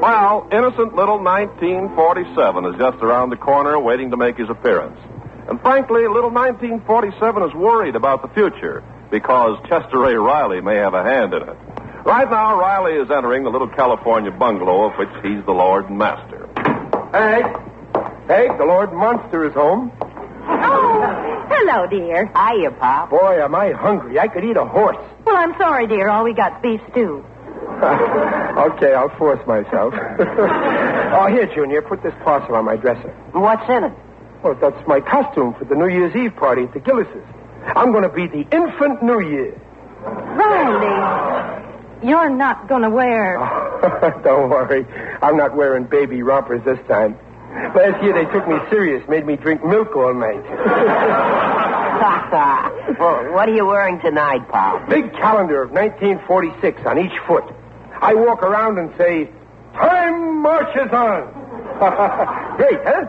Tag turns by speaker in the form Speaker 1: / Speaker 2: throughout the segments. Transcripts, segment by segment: Speaker 1: Well, innocent little 1947 is just around the corner waiting to make his appearance. And frankly, little 1947 is worried about the future because Chester A. Riley may have a hand in it. Right now, Riley is entering the little California bungalow of which he's the lord and master.
Speaker 2: Hank! Hank, the Lord Monster is home.
Speaker 3: Oh, hello, dear.
Speaker 4: Hiya, Pop.
Speaker 2: Boy, am I hungry. I could eat a horse.
Speaker 3: Well, I'm sorry, dear. All we got's beef stew.
Speaker 2: okay, I'll force myself. oh, here, Junior, put this parcel on my dresser.
Speaker 4: What's in it?
Speaker 2: Oh, that's my costume for the New Year's Eve party at the Gillis's. I'm going to be the infant New Year.
Speaker 3: Riley, you're not going to wear.
Speaker 4: Uh.
Speaker 2: Don't worry. I'm not wearing baby rompers this time. Last year they took me serious, made me drink milk all night.
Speaker 4: well, what are you wearing tonight, Pop?
Speaker 2: Big calendar of 1946 on each foot. I walk around and say, Time marches on. Great, huh?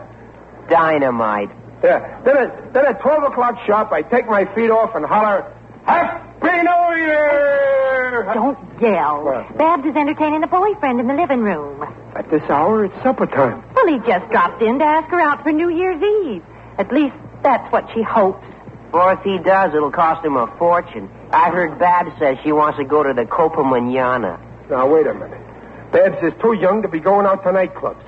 Speaker 4: Dynamite.
Speaker 2: Yeah. Then at, then at 12 o'clock sharp, I take my feet off and holler, Happy New Year!
Speaker 3: Don't yell.
Speaker 2: What?
Speaker 3: Babs is entertaining a boyfriend in the living room.
Speaker 2: At this hour, it's supper time.
Speaker 3: Well, he just dropped in to ask her out for New Year's Eve. At least that's what she hopes.
Speaker 4: Or if he does, it'll cost him a fortune. I heard Babs says she wants to go to the Copa Manana.
Speaker 2: Now, wait a minute. Babs is too young to be going out to nightclubs.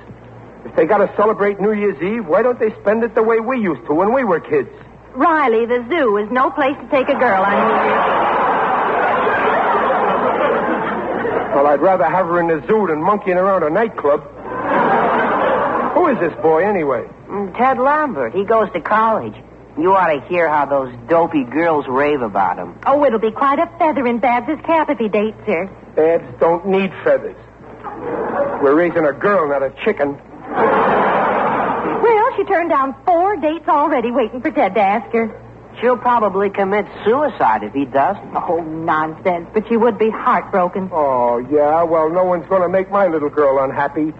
Speaker 2: If they got to celebrate New Year's Eve, why don't they spend it the way we used to when we were kids?
Speaker 3: Riley, the zoo is no place to take a girl on New Year's Eve.
Speaker 2: Well, I'd rather have her in the zoo than monkeying around a nightclub. Who is this boy, anyway?
Speaker 4: Mm, Ted Lambert, he goes to college. You ought to hear how those dopey girls rave about him.
Speaker 3: Oh, it'll be quite a feather in Babs's cap if he dates her.
Speaker 2: Babs don't need feathers. We're raising a girl, not a chicken.
Speaker 3: Well, she turned down four dates already waiting for Ted to ask her.
Speaker 4: She'll probably commit suicide if he does.
Speaker 3: Oh, nonsense, but she would be heartbroken.
Speaker 2: Oh, yeah? Well, no one's going to make my little girl unhappy.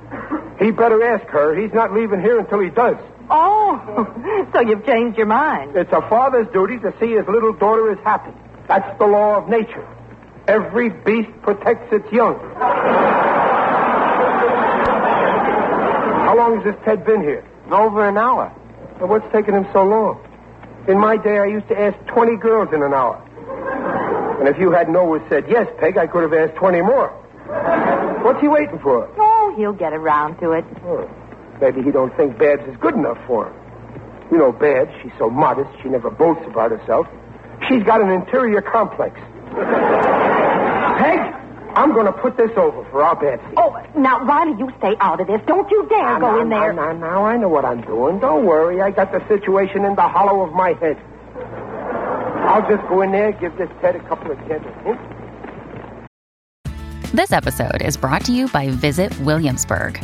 Speaker 2: He better ask her. He's not leaving here until he does.
Speaker 3: Oh, so you've changed your mind.
Speaker 2: It's a father's duty to see his little daughter is happy. That's the law of nature. Every beast protects its young. How long has this Ted been here?
Speaker 4: Over an hour.
Speaker 2: Well, what's taking him so long? In my day, I used to ask 20 girls in an hour. And if you hadn't always said yes, Peg, I could have asked 20 more. What's he waiting for?
Speaker 3: Oh, he'll get around to it.
Speaker 2: Oh, maybe he don't think Babs is good enough for him. You know Babs, she's so modest, she never boasts about herself. She's got an interior complex. Peg, I'm going to put this over for our Babsy.
Speaker 3: Oh, now, Riley, you stay out of this. Don't you dare
Speaker 2: Now,
Speaker 3: go in
Speaker 2: now,
Speaker 3: there.
Speaker 2: Now, now, I know what I'm doing. Don't worry. I got the situation in the hollow of my head. I'll just go in there, give this Ted a couple of gentle hints.
Speaker 5: This episode is brought to you by Visit Williamsburg.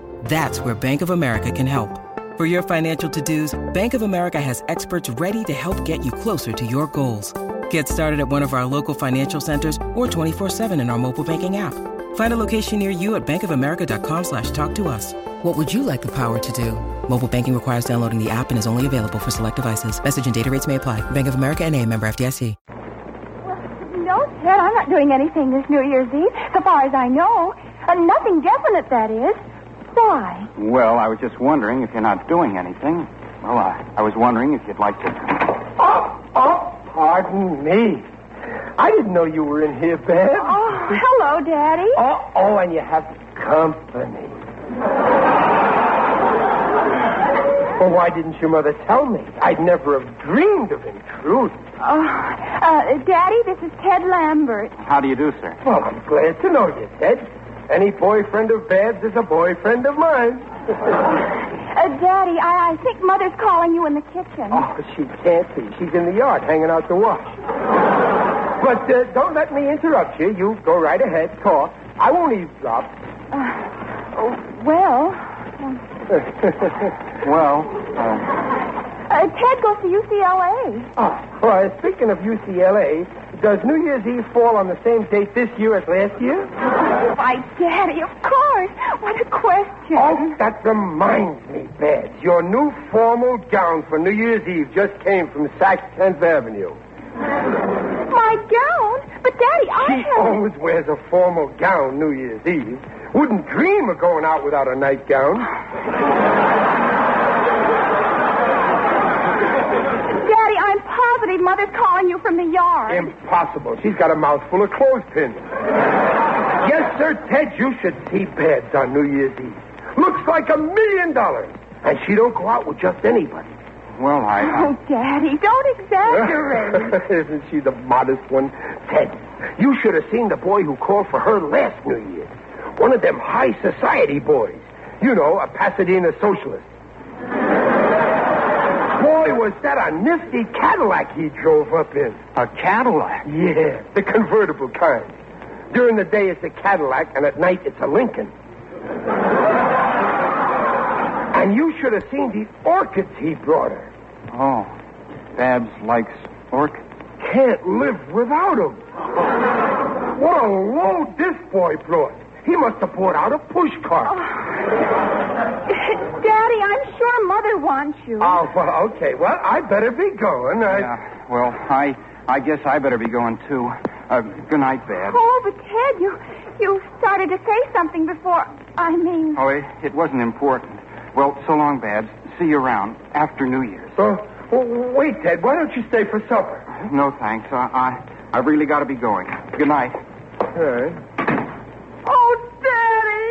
Speaker 6: That's where Bank of America can help. For your financial to dos, Bank of America has experts ready to help get you closer to your goals. Get started at one of our local financial centers or 24-7 in our mobile banking app. Find a location near you at bankofamerica.com slash talk to us. What would you like the power to do? Mobile banking requires downloading the app and is only available for select devices. Message and data rates may apply. Bank of America and a member FDIC.
Speaker 7: No, Ted, I'm not doing anything this New Year's Eve, so far as I know. Uh, nothing definite, that is. Why?
Speaker 8: Well, I was just wondering if you're not doing anything. Well, I, I was wondering if you'd like to.
Speaker 2: Oh, oh, pardon me. I didn't know you were in here, Babs.
Speaker 7: Oh, hello, Daddy.
Speaker 2: Oh, oh, and you have company. well, why didn't your mother tell me? I'd never have dreamed of intruding.
Speaker 7: Oh, uh, Daddy, this is Ted Lambert.
Speaker 8: How do you do, sir?
Speaker 2: Well, I'm glad to know you, Ted. Any boyfriend of Babs is a boyfriend of mine.
Speaker 7: Uh, Daddy, I, I think Mother's calling you in the kitchen.
Speaker 2: oh, she can't be. She's in the yard hanging out to wash. but uh, don't let me interrupt you. You go right ahead, talk. I won't eavesdrop.
Speaker 7: Uh, oh, Well,
Speaker 8: Well, uh,
Speaker 7: uh, Ted goes to UCLA.
Speaker 2: Ah, well, speaking of UCLA, does New Year's Eve fall on the same date this year as last year?
Speaker 7: Why, Daddy, of course. What a question.
Speaker 2: Oh, that reminds me, Babs. Your new formal gown for New Year's Eve just came from Saks 10th Avenue.
Speaker 7: My gown? But, Daddy, I
Speaker 2: She
Speaker 7: have.
Speaker 2: always wears a formal gown New Year's Eve. Wouldn't dream of going out without a nightgown.
Speaker 7: Daddy, I'm positive Mother's calling you from the yard.
Speaker 2: Impossible. She's got a mouthful of clothespins. yes, sir, Ted, you should see Babs on New Year's Eve. Looks like a million dollars. And she don't go out with just anybody.
Speaker 8: well, I.
Speaker 7: Oh, Daddy, don't exaggerate.
Speaker 2: Isn't she the modest one? Ted, you should have seen the boy who called for her last New Year's. One of them high society boys. You know, a Pasadena socialist. boy, was that a nifty Cadillac he drove up in.
Speaker 8: A Cadillac.
Speaker 2: Yeah, the convertible kind. During the day it's a Cadillac, and at night it's a Lincoln. and you should have seen the orchids he brought her.
Speaker 8: Oh, Babs likes orchids.
Speaker 2: Can't live without him. what a load this boy brought. He must have brought out a push cart.
Speaker 7: Daddy, I'm sure Mother wants you.
Speaker 2: Oh, well, okay. Well, I better be going. I...
Speaker 8: Yeah, well, I I guess I better be going too. Uh, good night, Babs.
Speaker 7: oh, but Ted, you you started to say something before. I mean,
Speaker 8: Oh, it, it wasn't important. Well, so long, Babs. See you around after New Year's.
Speaker 2: Uh, w- wait, Ted. Why don't you stay for supper?
Speaker 8: No thanks. I I, I really got to be going. Good night.
Speaker 2: All right.
Speaker 7: oh, Daddy.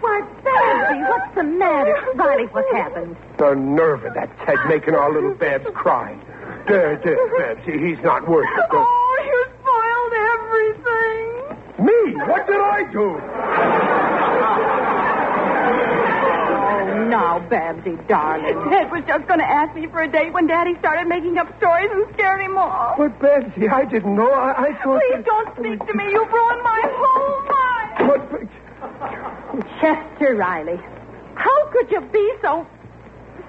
Speaker 3: Why, Bansy, what's the matter? Riley, what happened?
Speaker 2: The nerve of that Ted making our little Babs cry. There, there, Babs. He- He's not worth it. Don't-
Speaker 7: Oh, you spoiled everything.
Speaker 2: Me? What did I do?
Speaker 3: Oh, now, Babsy, darling.
Speaker 7: Ted was just going to ask me for a date when Daddy started making up stories and scared him off.
Speaker 2: But, Betsy, I didn't know. I, I thought.
Speaker 7: Please don't speak to me. You've ruined my whole life.
Speaker 2: What?
Speaker 3: Chester Riley, how could you be so.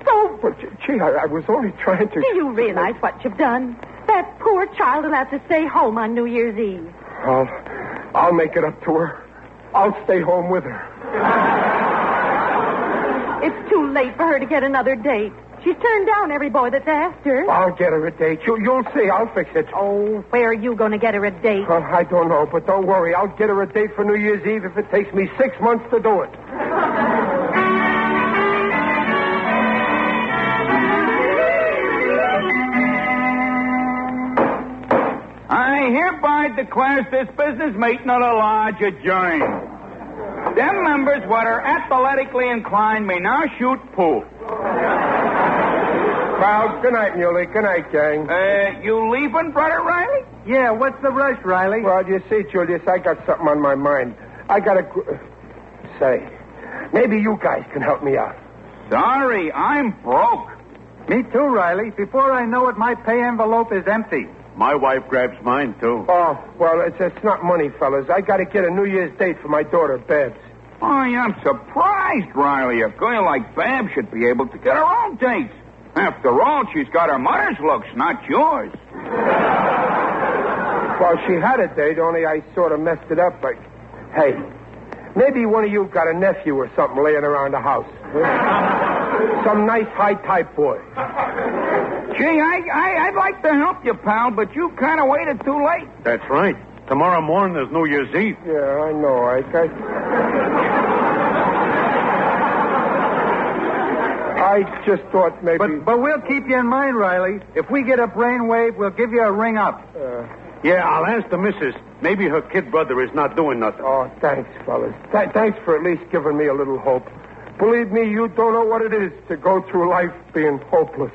Speaker 3: so.
Speaker 2: But, gee, I, I was only trying to.
Speaker 3: Do you realize what you've done? That poor child will have to stay home on New Year's Eve.
Speaker 2: I'll, I'll make it up to her. I'll stay home with her.
Speaker 3: It's too late for her to get another date. She's turned down every boy that's asked her.
Speaker 2: I'll get her a date. You, you'll see. I'll fix it.
Speaker 3: Oh, where are you going to get her a date?
Speaker 2: Well, I don't know, but don't worry. I'll get her a date for New Year's Eve if it takes me six months to do it.
Speaker 9: I hereby declares this business meeting of the lodge adjourned. Them members what are athletically inclined may now shoot pool.
Speaker 2: Well, good night, Muley. Good night, gang.
Speaker 9: Uh, you leaving, Brother Riley?
Speaker 2: Yeah, what's the rush, Riley? Well, you see, Julius, I got something on my mind. I got to. Say, maybe you guys can help me out.
Speaker 9: Sorry, I'm broke.
Speaker 8: Me too, Riley. Before I know it, my pay envelope is empty.
Speaker 9: My wife grabs mine, too.
Speaker 2: Oh, well, it's, it's not money, fellas. I gotta get a New Year's date for my daughter, Babs.
Speaker 9: I am surprised, Riley. A girl like Bab should be able to get her own dates. After all, she's got her mother's looks, not yours.
Speaker 2: Well, she had a date, only I sort of messed it up, but... Hey, maybe one of you got a nephew or something laying around the house. Some nice high-type boy.
Speaker 9: Gee, I, I, I'd like to help you, pal, but you kind of waited too late.
Speaker 10: That's right. Tomorrow morning is New Year's Eve.
Speaker 2: Yeah, I know, I... I... I just thought maybe...
Speaker 9: But but we'll keep you in mind, Riley. If we get a brainwave, we'll give you a ring up.
Speaker 10: Uh, Yeah, I'll ask the missus. Maybe her kid brother is not doing nothing.
Speaker 2: Oh, thanks, fellas. Th- thanks for at least giving me a little hope. Believe me, you don't know what it is to go through life being hopeless.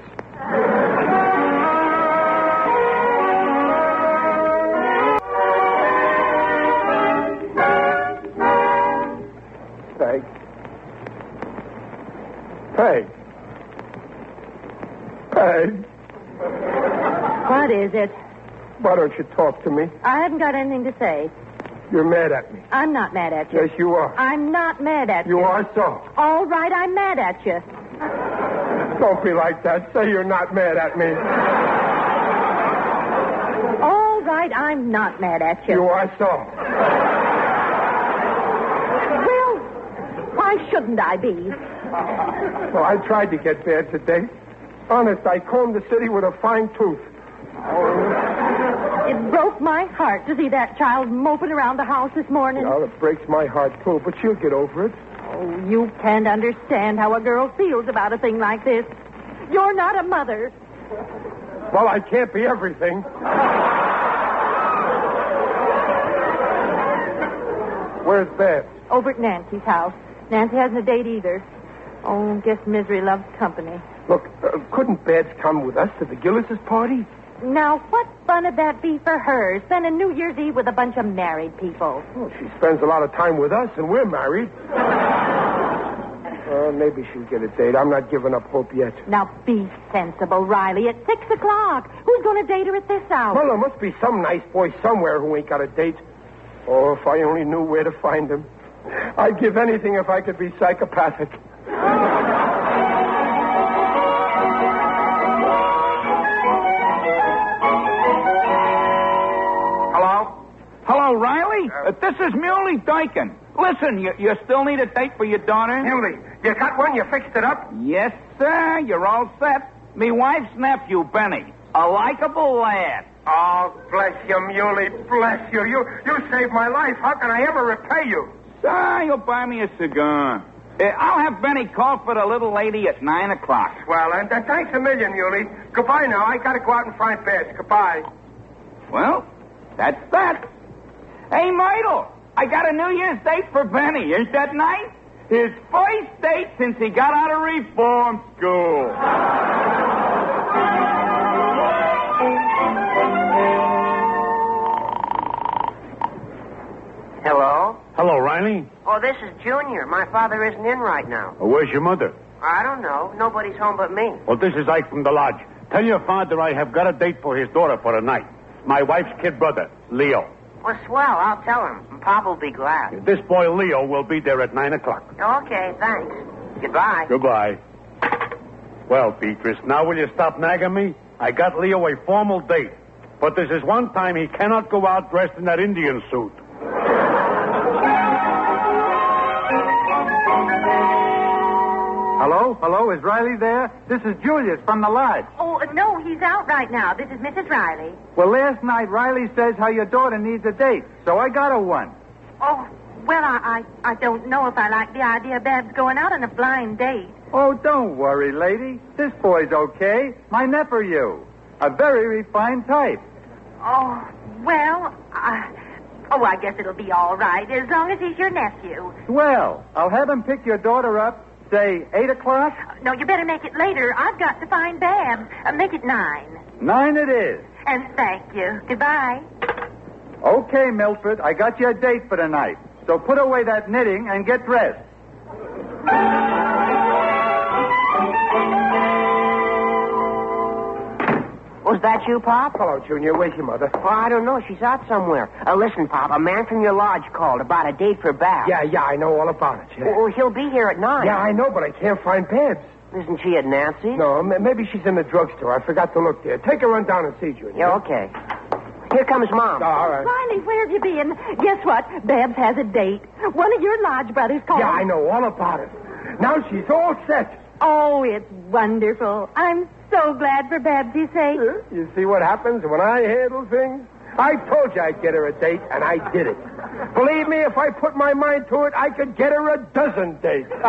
Speaker 2: Peg. Peg. Peg,
Speaker 3: What is it?
Speaker 2: why don't you talk to me?
Speaker 3: I haven't got anything to say.
Speaker 2: You're mad at me.
Speaker 3: I'm not mad at you.
Speaker 2: Yes, you are.
Speaker 3: I'm not mad at you.
Speaker 2: You are so.
Speaker 3: All right, I'm mad at you.
Speaker 2: Don't be like that. Say you're not mad at me.
Speaker 3: All right, I'm not mad at you.
Speaker 2: You are so.
Speaker 3: Well, why shouldn't I be?
Speaker 2: Well, I tried to get bad today. Honest, I combed the city with a fine tooth.
Speaker 3: It broke my heart to see that child moping around the house this morning.
Speaker 2: Well, it breaks my heart, too, but she'll get over it.
Speaker 3: Oh, you can't understand how a girl feels about a thing like this. You're not a mother.
Speaker 2: Well, I can't be everything. Where's Babs?
Speaker 3: Over at Nancy's house. Nancy hasn't a date either. Oh, guess misery loves company.
Speaker 2: Look, uh, couldn't Babs come with us to the Gillis's party?
Speaker 3: Now, what fun would that be for her? Spend a New Year's Eve with a bunch of married people.
Speaker 2: She spends a lot of time with us, and we're married. Uh, maybe she'll get a date. I'm not giving up hope yet.
Speaker 3: Now, be sensible, Riley. It's six o'clock. Who's going to date her at this hour?
Speaker 2: Well, there must be some nice boy somewhere who ain't got a date. Oh, if I only knew where to find him. I'd give anything if I could be psychopathic.
Speaker 9: Hello? Hello, Riley? Uh, this is Muley Dykin. Listen, you, you still need a date for your daughter?
Speaker 2: Muley, you got one? You fixed it up?
Speaker 9: Yes, sir. You're all set. Me wife's nephew, Benny. A likable lad.
Speaker 2: Oh, bless you, Muley. Bless you. You you saved my life. How can I ever repay you?
Speaker 9: Sir, you'll buy me a cigar. Uh, I'll have Benny call for the little lady at 9 o'clock.
Speaker 2: Well, and uh, thanks a million, Muley. Goodbye now. I gotta go out and find Bess. Goodbye.
Speaker 9: Well, that's that. Hey, Myrtle, I got a New Year's date for Benny. Ain't that nice? His first date since he got out of reform school.
Speaker 4: Hello?
Speaker 10: Hello, Riley.
Speaker 4: Oh, this is Junior. My father isn't in right now.
Speaker 10: Uh, Where's your mother?
Speaker 4: I don't know. Nobody's home but me.
Speaker 10: Well, this is Ike from the lodge. Tell your father I have got a date for his daughter for tonight. My wife's kid brother, Leo.
Speaker 4: Well, swell. I'll tell him. and Pop will be glad.
Speaker 10: This boy Leo will be there at nine o'clock.
Speaker 4: Okay, thanks. Goodbye.
Speaker 10: Goodbye. Well, Beatrice, now will you stop nagging me? I got Leo a formal date, but this is one time he cannot go out dressed in that Indian suit.
Speaker 11: Hello? Hello? Is Riley there? This is Julius from the lodge.
Speaker 3: Oh, no, he's out right now. This is Mrs. Riley.
Speaker 11: Well, last night Riley says how your daughter needs a date, so I got her one.
Speaker 3: Oh, well, I, I, I don't know if I like the idea of Babs going out on a blind date.
Speaker 11: Oh, don't worry, lady. This boy's okay. My nephew. A very refined type.
Speaker 3: Oh, well, I, oh, I guess it'll be all right as long as he's your nephew.
Speaker 11: Well, I'll have him pick your daughter up, say, 8 o'clock?
Speaker 3: No, you better make it later. I've got to find Babs. Uh, make it nine.
Speaker 11: 9 it is.
Speaker 3: And thank you. Goodbye.
Speaker 11: Okay, Milford, I got you a date for tonight. So put away that knitting and get dressed.
Speaker 4: Was that you, Pop?
Speaker 2: Hello, Junior. Where's your mother?
Speaker 4: Well, I don't know. She's out somewhere. Uh, listen, Pop, a man from your lodge called about a date for Babs.
Speaker 2: Yeah, yeah, I know all about it. Yeah,
Speaker 4: Well, he'll be here at 9.
Speaker 2: yeah I know, but I can't find Babs.
Speaker 4: Isn't she at Nancy's?
Speaker 2: No, m- maybe she's in the drugstore. I forgot to look there. Take a run down and see, Junior.
Speaker 4: Yeah, okay. Here comes Mom.
Speaker 2: Oh, all right.
Speaker 3: Riley, where have you been? Guess what? Babs has a date. One of your lodge brothers called.
Speaker 2: Yeah, I know all about it. Now she's all set.
Speaker 3: Oh, it's wonderful. I'm so glad for Babsy's sake.
Speaker 2: You see what happens when I handle things? I told you I'd get her a date, and I did it. Believe me, if I put my mind to it, I could get her a dozen dates.
Speaker 7: Uh,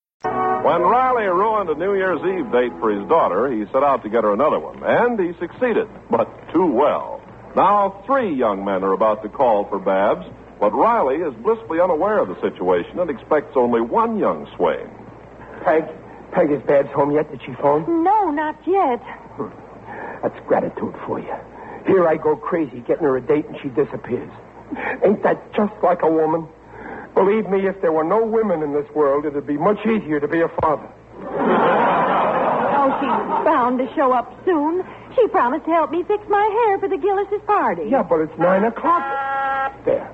Speaker 1: When Riley ruined a New Year's Eve date for his daughter, he set out to get her another one, and he succeeded, but too well. Now, three young men are about to call for Babs, but Riley is blissfully unaware of the situation and expects only one young swain.
Speaker 2: Peg, Peg, is Babs home yet? Did she phone?
Speaker 3: No, not yet.
Speaker 2: That's gratitude for you. Here I go crazy getting her a date and she disappears. Ain't that just like a woman? Believe me, if there were no women in this world, it'd be much easier to be a father.
Speaker 3: Oh, she's bound to show up soon. She promised to help me fix my hair for the Gillis's party.
Speaker 2: Yeah, but it's nine o'clock. There.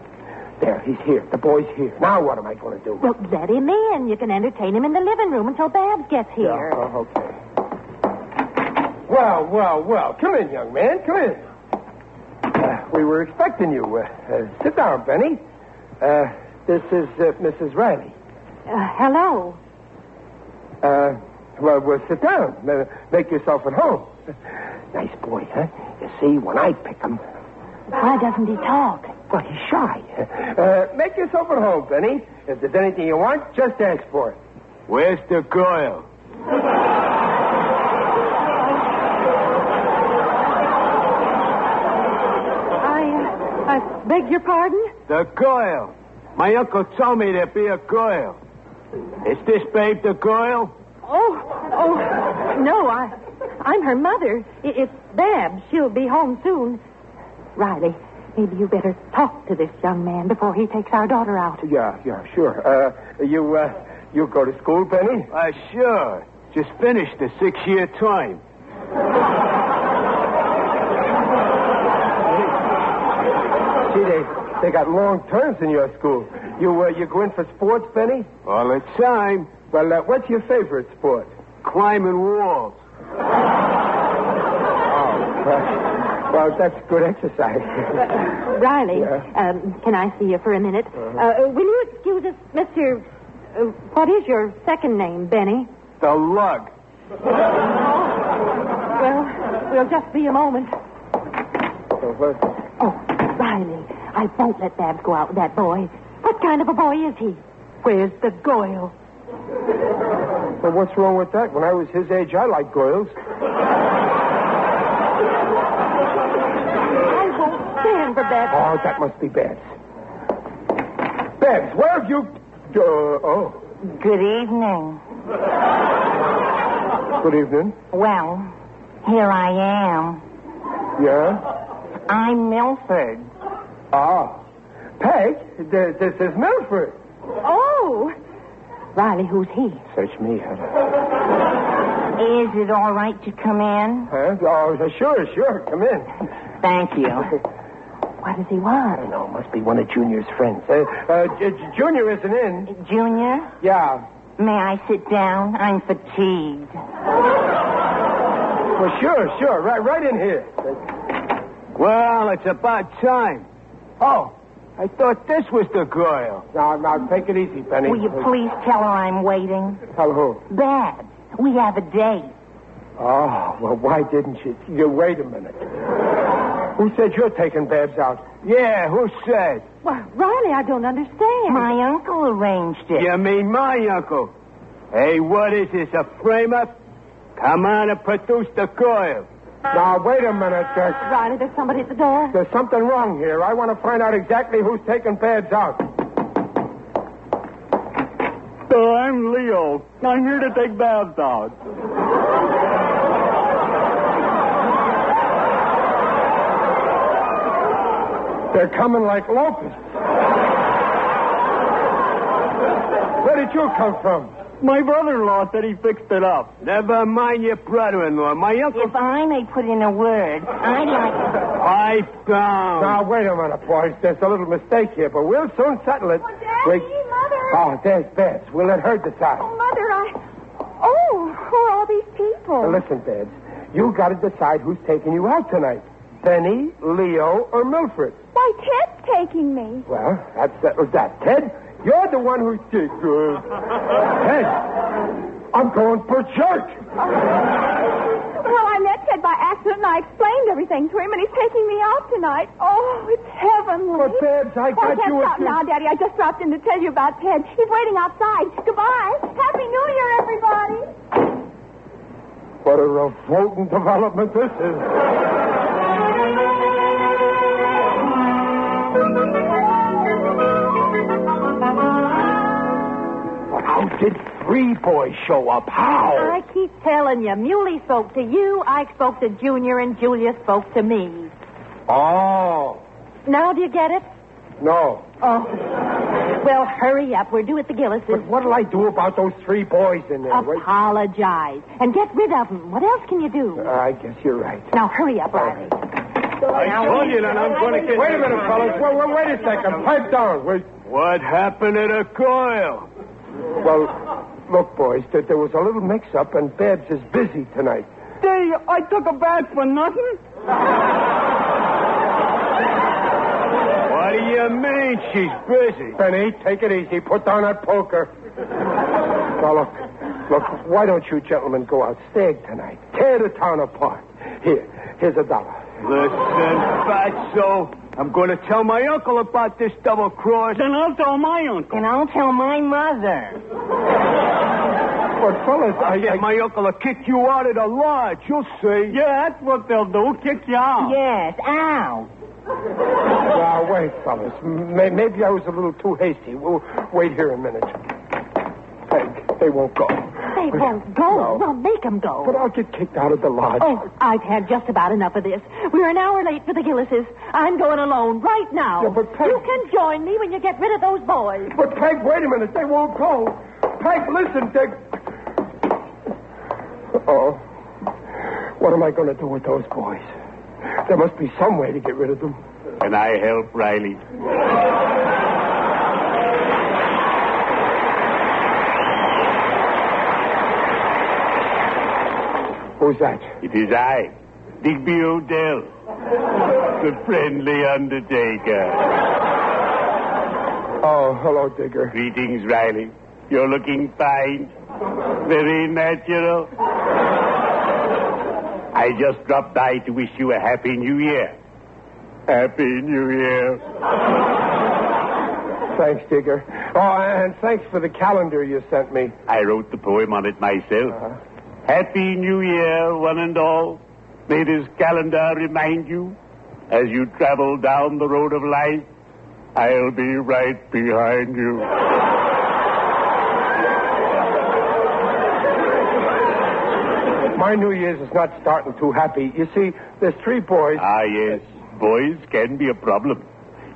Speaker 2: There, he's here. The boy's here. Now what am I going to do?
Speaker 3: Well, let him in. You can entertain him in the living room until Babs gets here.
Speaker 2: Yeah, oh, okay. Well, well, well. Come in, young man. Come in. Uh, we were expecting you. Uh, uh, sit down, Benny. Uh, this is uh, Mrs. Riley.
Speaker 3: Uh, hello.
Speaker 2: Uh, well, well, sit down. Uh, make yourself at home. Nice boy, huh? You see, when I pick him,
Speaker 3: Why doesn't he talk?
Speaker 2: well, he's shy. Uh, make yourself at home, Benny. If there's anything you want, just ask for it.
Speaker 12: Where's the girl?
Speaker 3: I, uh, I beg your pardon?
Speaker 12: The girl. My uncle told me there'd be a girl. Is this babe the girl?
Speaker 3: Oh, oh, no, I, I'm her mother. I- It's Babs. She'll be home soon. Riley, maybe you better talk to this young man before he takes our daughter out.
Speaker 2: Yeah, yeah, sure. Uh, you, uh, you go to school, Benny?
Speaker 12: Uh, sure. Just finished the six-year time.
Speaker 2: Gee, they, they got long terms in your school. You, uh, you go in for sports, Benny?
Speaker 12: All the time.
Speaker 2: Well, uh, what's your favorite sport? Oh,
Speaker 12: Climbing walls.
Speaker 2: Well, well, that's good exercise.
Speaker 3: Riley, um, can I see you for a minute? Uh, will you excuse us, Mr. Uh, what is your second name, Benny?
Speaker 12: The lug.
Speaker 3: Well, we'll just be a moment.
Speaker 2: Uh-huh.
Speaker 3: Oh, Riley, I won't let Babs go out with that boy. What kind of a boy is he? Where's the goil?
Speaker 2: Well, what's wrong with that? When I was his age, I liked girls.
Speaker 3: I won't stand for Babs.
Speaker 2: Oh, that must be Babs. Babs, where have you? Uh, oh,
Speaker 4: Good evening.
Speaker 2: good evening.
Speaker 4: Oh. Well, here I am.
Speaker 2: Yeah.
Speaker 4: I'm Milford.
Speaker 2: Ah, Peg, th- this is Milford.
Speaker 3: Oh! Riley, who's he?
Speaker 2: Search me, huh?
Speaker 4: Is it all right to come in?
Speaker 2: Huh? Oh, sure, sure. Come in.
Speaker 4: Thank you.
Speaker 3: What does he want?
Speaker 2: I don't know. Must be one of Junior's friends. Uh, uh, J- J- Junior isn't in.
Speaker 4: Junior,
Speaker 2: Yeah.
Speaker 4: may I sit down? I'm fatigued.
Speaker 2: Well, sure, sure. Right, right in here.
Speaker 12: Well, it's about time.
Speaker 2: Oh,
Speaker 12: I thought this was the girl.
Speaker 2: now, now, take it easy, Penny.
Speaker 4: Will you please tell her I'm waiting?
Speaker 2: Tell who?
Speaker 4: Babs, we have a date.
Speaker 2: Oh, well, why didn't you? You wait a minute. Who said you're taking Babs out?
Speaker 12: Yeah, who said?
Speaker 3: Why, Riley, I don't understand.
Speaker 4: My uncle arranged it.
Speaker 12: You mean my uncle? Hey, what is this, a frame-up? Come on and produce the girl.
Speaker 2: Now, wait a minute, Jack.
Speaker 3: Riley, there's somebody at the door.
Speaker 2: There's something wrong here. I want to find out exactly who's taking Babs out.
Speaker 12: So I'm Leo. I'm here to take baths out.
Speaker 2: They're coming like locusts. Where did you come from?
Speaker 12: My brother-in-law said he fixed it up. Never mind your brother-in-law. My uncle...
Speaker 4: If I may put in a word, I'd like.
Speaker 12: Pipe down.
Speaker 2: Now, wait a minute, boys. There's a little mistake here, but we'll soon settle it. Wait.
Speaker 3: Oh, Mother.
Speaker 2: Oh, there's Babs. We'll let her decide.
Speaker 3: Mother, I. Oh, who are all these people?
Speaker 2: Now, listen, Babs. You got to decide who's taking you out tonight. Benny, Leo, or Milford.
Speaker 3: Why, Ted's taking me.
Speaker 2: Well, that settles that. Ted, you're the one who's taking. Uh, Ted, I'm going for church.
Speaker 3: Well, I met Ted by accident
Speaker 7: and I explained everything to him, and he's taking me out tonight. Oh, it's heavenly.
Speaker 2: But, Babs, I
Speaker 7: Why
Speaker 2: got
Speaker 7: can't
Speaker 2: you a
Speaker 7: stop
Speaker 2: few-
Speaker 7: now, Daddy. I just dropped in to tell you about Ted. He's waiting outside. Goodbye. Happy New Year, everybody.
Speaker 2: What a revolting development this is.
Speaker 13: But how did three boys show up? How?
Speaker 3: I keep telling you, Muley spoke to you, I spoke to Junior, and Julia spoke to me.
Speaker 2: Oh.
Speaker 3: Now do you get it?
Speaker 2: No.
Speaker 3: Oh. Well, hurry up. We're due at the Gillises.
Speaker 2: What'll I do about those three boys in there? Wait.
Speaker 3: Apologize and get rid of them. What else can you do?
Speaker 2: Uh, I guess you're right. Oh.
Speaker 3: Now hurry up, Riley.
Speaker 2: I
Speaker 12: told you that I'm gonna get-
Speaker 2: Wait a minute, fellas. Wait, wait, wait a second. Pipe down. Wait.
Speaker 12: What happened to the coil?
Speaker 2: Well, look, boys, that there was a little mix-up, and Babs is busy tonight.
Speaker 14: Say, I took a bath for nothing.
Speaker 12: What do you mean she's busy?
Speaker 2: Benny, take it easy. Put down that poker. now, look, look, why don't you gentlemen go out stag tonight? Tear the town apart. Here, here's a dollar.
Speaker 12: Listen, Fatso, I'm going to tell my uncle about this double cross. Then I'll tell my uncle.
Speaker 15: And I'll tell my mother.
Speaker 2: But, fellas,
Speaker 12: I... will get my uncle to kick you out of the lodge, you'll see. Yeah, that's what they'll do, kick you out.
Speaker 15: Yes, ow.
Speaker 2: Now, wait, fellas. M- may- maybe I was a little too hasty. We'll wait here a minute. Peg, they won't go.
Speaker 3: They won't go. We'll make them go.
Speaker 2: But I'll get kicked out of the lodge.
Speaker 3: Oh, I've had just about enough of this. We're an hour late for the Gillises. I'm going alone right now.
Speaker 2: Yeah, but Peg-
Speaker 3: You can join me when you get rid of those boys.
Speaker 2: But, Peg, wait a minute. They won't go. Peg, listen, Peg. Oh, what am I going to do with those boys? There must be some way to get rid of them.
Speaker 10: Can I help, Riley?
Speaker 2: Who's that?
Speaker 10: It is I, Digby Odell, the friendly undertaker.
Speaker 2: Oh, hello, Digger.
Speaker 10: Greetings, Riley. You're looking fine. Very natural. I just dropped by to wish you a happy new year. Happy New Year.
Speaker 2: Thanks, Digger. Oh, and thanks for the calendar you sent me. Uh-huh.
Speaker 10: I wrote the poem on it myself. Happy New Year, one and all. May this calendar remind you, as you travel down the road of life, I'll be right behind you.
Speaker 2: My New Year's is not starting too happy. You see, there's three boys.
Speaker 10: Ah, yes. Boys can be a problem.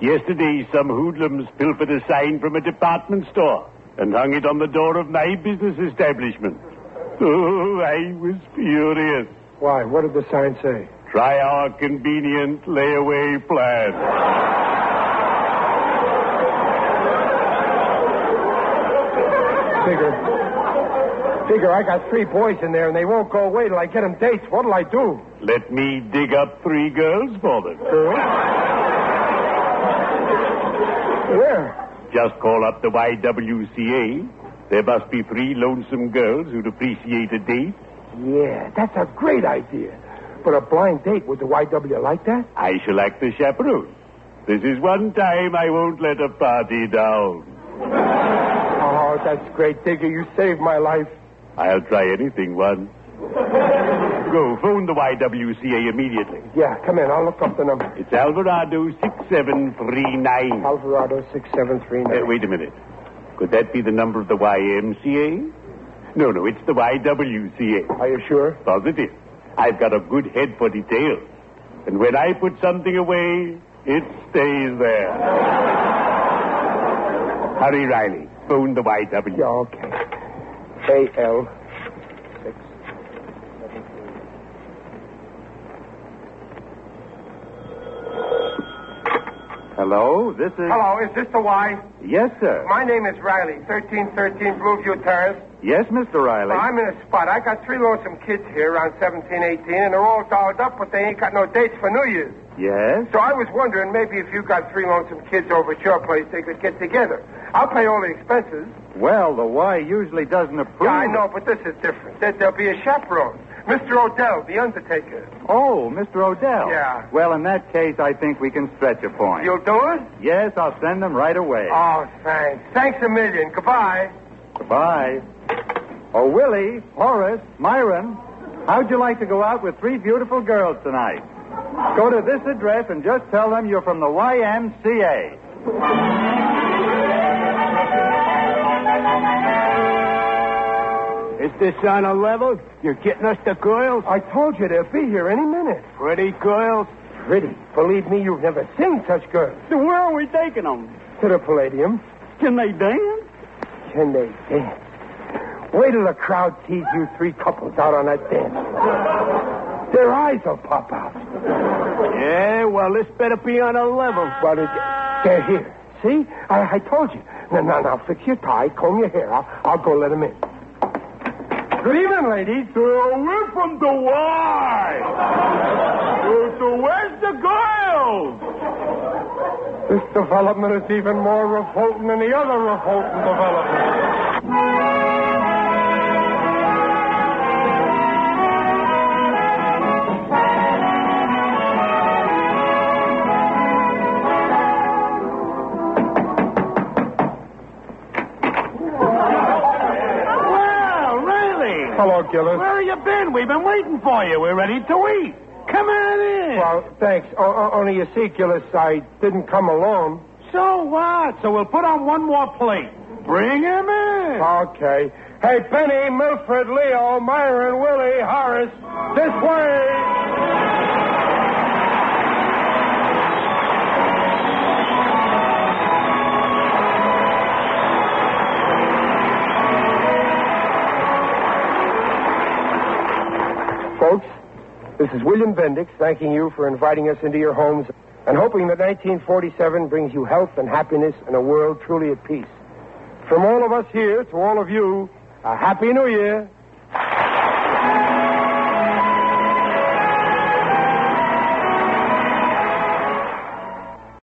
Speaker 10: Yesterday, some hoodlums pilfered a sign from a department store and hung it on the door of my business establishment. Oh, I was furious.
Speaker 2: Why? What did the sign say?
Speaker 10: Try our convenient layaway plan.
Speaker 2: Digger. Digger, I got three boys in there, and they won't go away till I get them dates. What'll I do?
Speaker 10: Let me dig up three girls for them.
Speaker 2: Where?
Speaker 10: Just call up the YWCA. There must be three lonesome girls who'd appreciate a date.
Speaker 2: Yeah, that's a great idea. But a blind date with the YW like that?
Speaker 10: I shall act the chaperone. This is one time I won't let a party down.
Speaker 2: Oh, that's great, Digger. You saved my life.
Speaker 10: I'll try anything once. Go, phone the YWCA immediately.
Speaker 2: Yeah, come in. I'll look up the number.
Speaker 10: It's Alvarado 6739.
Speaker 2: Alvarado 6739.
Speaker 10: Uh, wait a minute. Could that be the number of the YMCA? No, no, it's the YWCA.
Speaker 2: Are you sure?
Speaker 10: Positive. I've got a good head for details. And when I put something away, it stays there. Hurry, Riley. Phone the YW.
Speaker 2: Yeah, okay. AL. Six.
Speaker 11: Hello, this is.
Speaker 2: Hello, is this the Y?
Speaker 11: Yes, sir.
Speaker 2: My name is Riley, 1313 Blueview Terrace.
Speaker 11: Yes, Mr. Riley.
Speaker 2: Well, I'm in a spot. I got three lonesome kids here around 17, 18, and they're all dolled up, but they ain't got no dates for New Year's.
Speaker 11: Yes?
Speaker 2: So I was wondering maybe if you got three lonesome kids over at your place, they could get together. I'll pay all the expenses.
Speaker 11: Well, the Y usually doesn't approve.
Speaker 2: Yeah, I know, but this is different. There, there'll be a chaperone. Mr. Odell, the undertaker.
Speaker 11: Oh, Mr. Odell.
Speaker 2: Yeah.
Speaker 11: Well, in that case, I think we can stretch a point.
Speaker 2: You'll do it?
Speaker 11: Yes, I'll send them right away.
Speaker 2: Oh, thanks. Thanks a million. Goodbye.
Speaker 11: Goodbye. Oh, Willie, Horace, Myron, how'd you like to go out with three beautiful girls tonight? Go to this address and just tell them you're from the YMCA.
Speaker 12: Is this on a level? You're getting us the girls?
Speaker 2: I told you they'll be here any minute.
Speaker 12: Pretty girls?
Speaker 2: Pretty. Believe me, you've never seen such girls.
Speaker 12: So where are we taking them?
Speaker 2: To the Palladium.
Speaker 12: Can they dance?
Speaker 2: Can they dance? Wait till the crowd sees you three couples out on that dance floor. Their eyes will pop out.
Speaker 12: Yeah, well, this better be on a level.
Speaker 2: But it, they're here. See? I, I told you. Now, now, now, fix your tie, comb your hair. I'll, I'll go let them in. Good evening, ladies.
Speaker 16: So we're from the Y. so, so where's the girls?
Speaker 2: This development is even more revolting than the other revolting development. Hello, Gillis.
Speaker 16: Where you been? We've been waiting for you. We're ready to eat. Come on in.
Speaker 2: Well, thanks. O- only you see, Gillis, I didn't come alone.
Speaker 16: So what? So we'll put on one more plate. Bring him in.
Speaker 2: Okay. Hey, Penny, Milford, Leo, Myron, Willie, Horace, this way. Folks, this is William Bendix thanking you for inviting us into your homes and hoping that 1947 brings you health and happiness and a world truly at peace. From all of us here to all of you, a Happy New Year.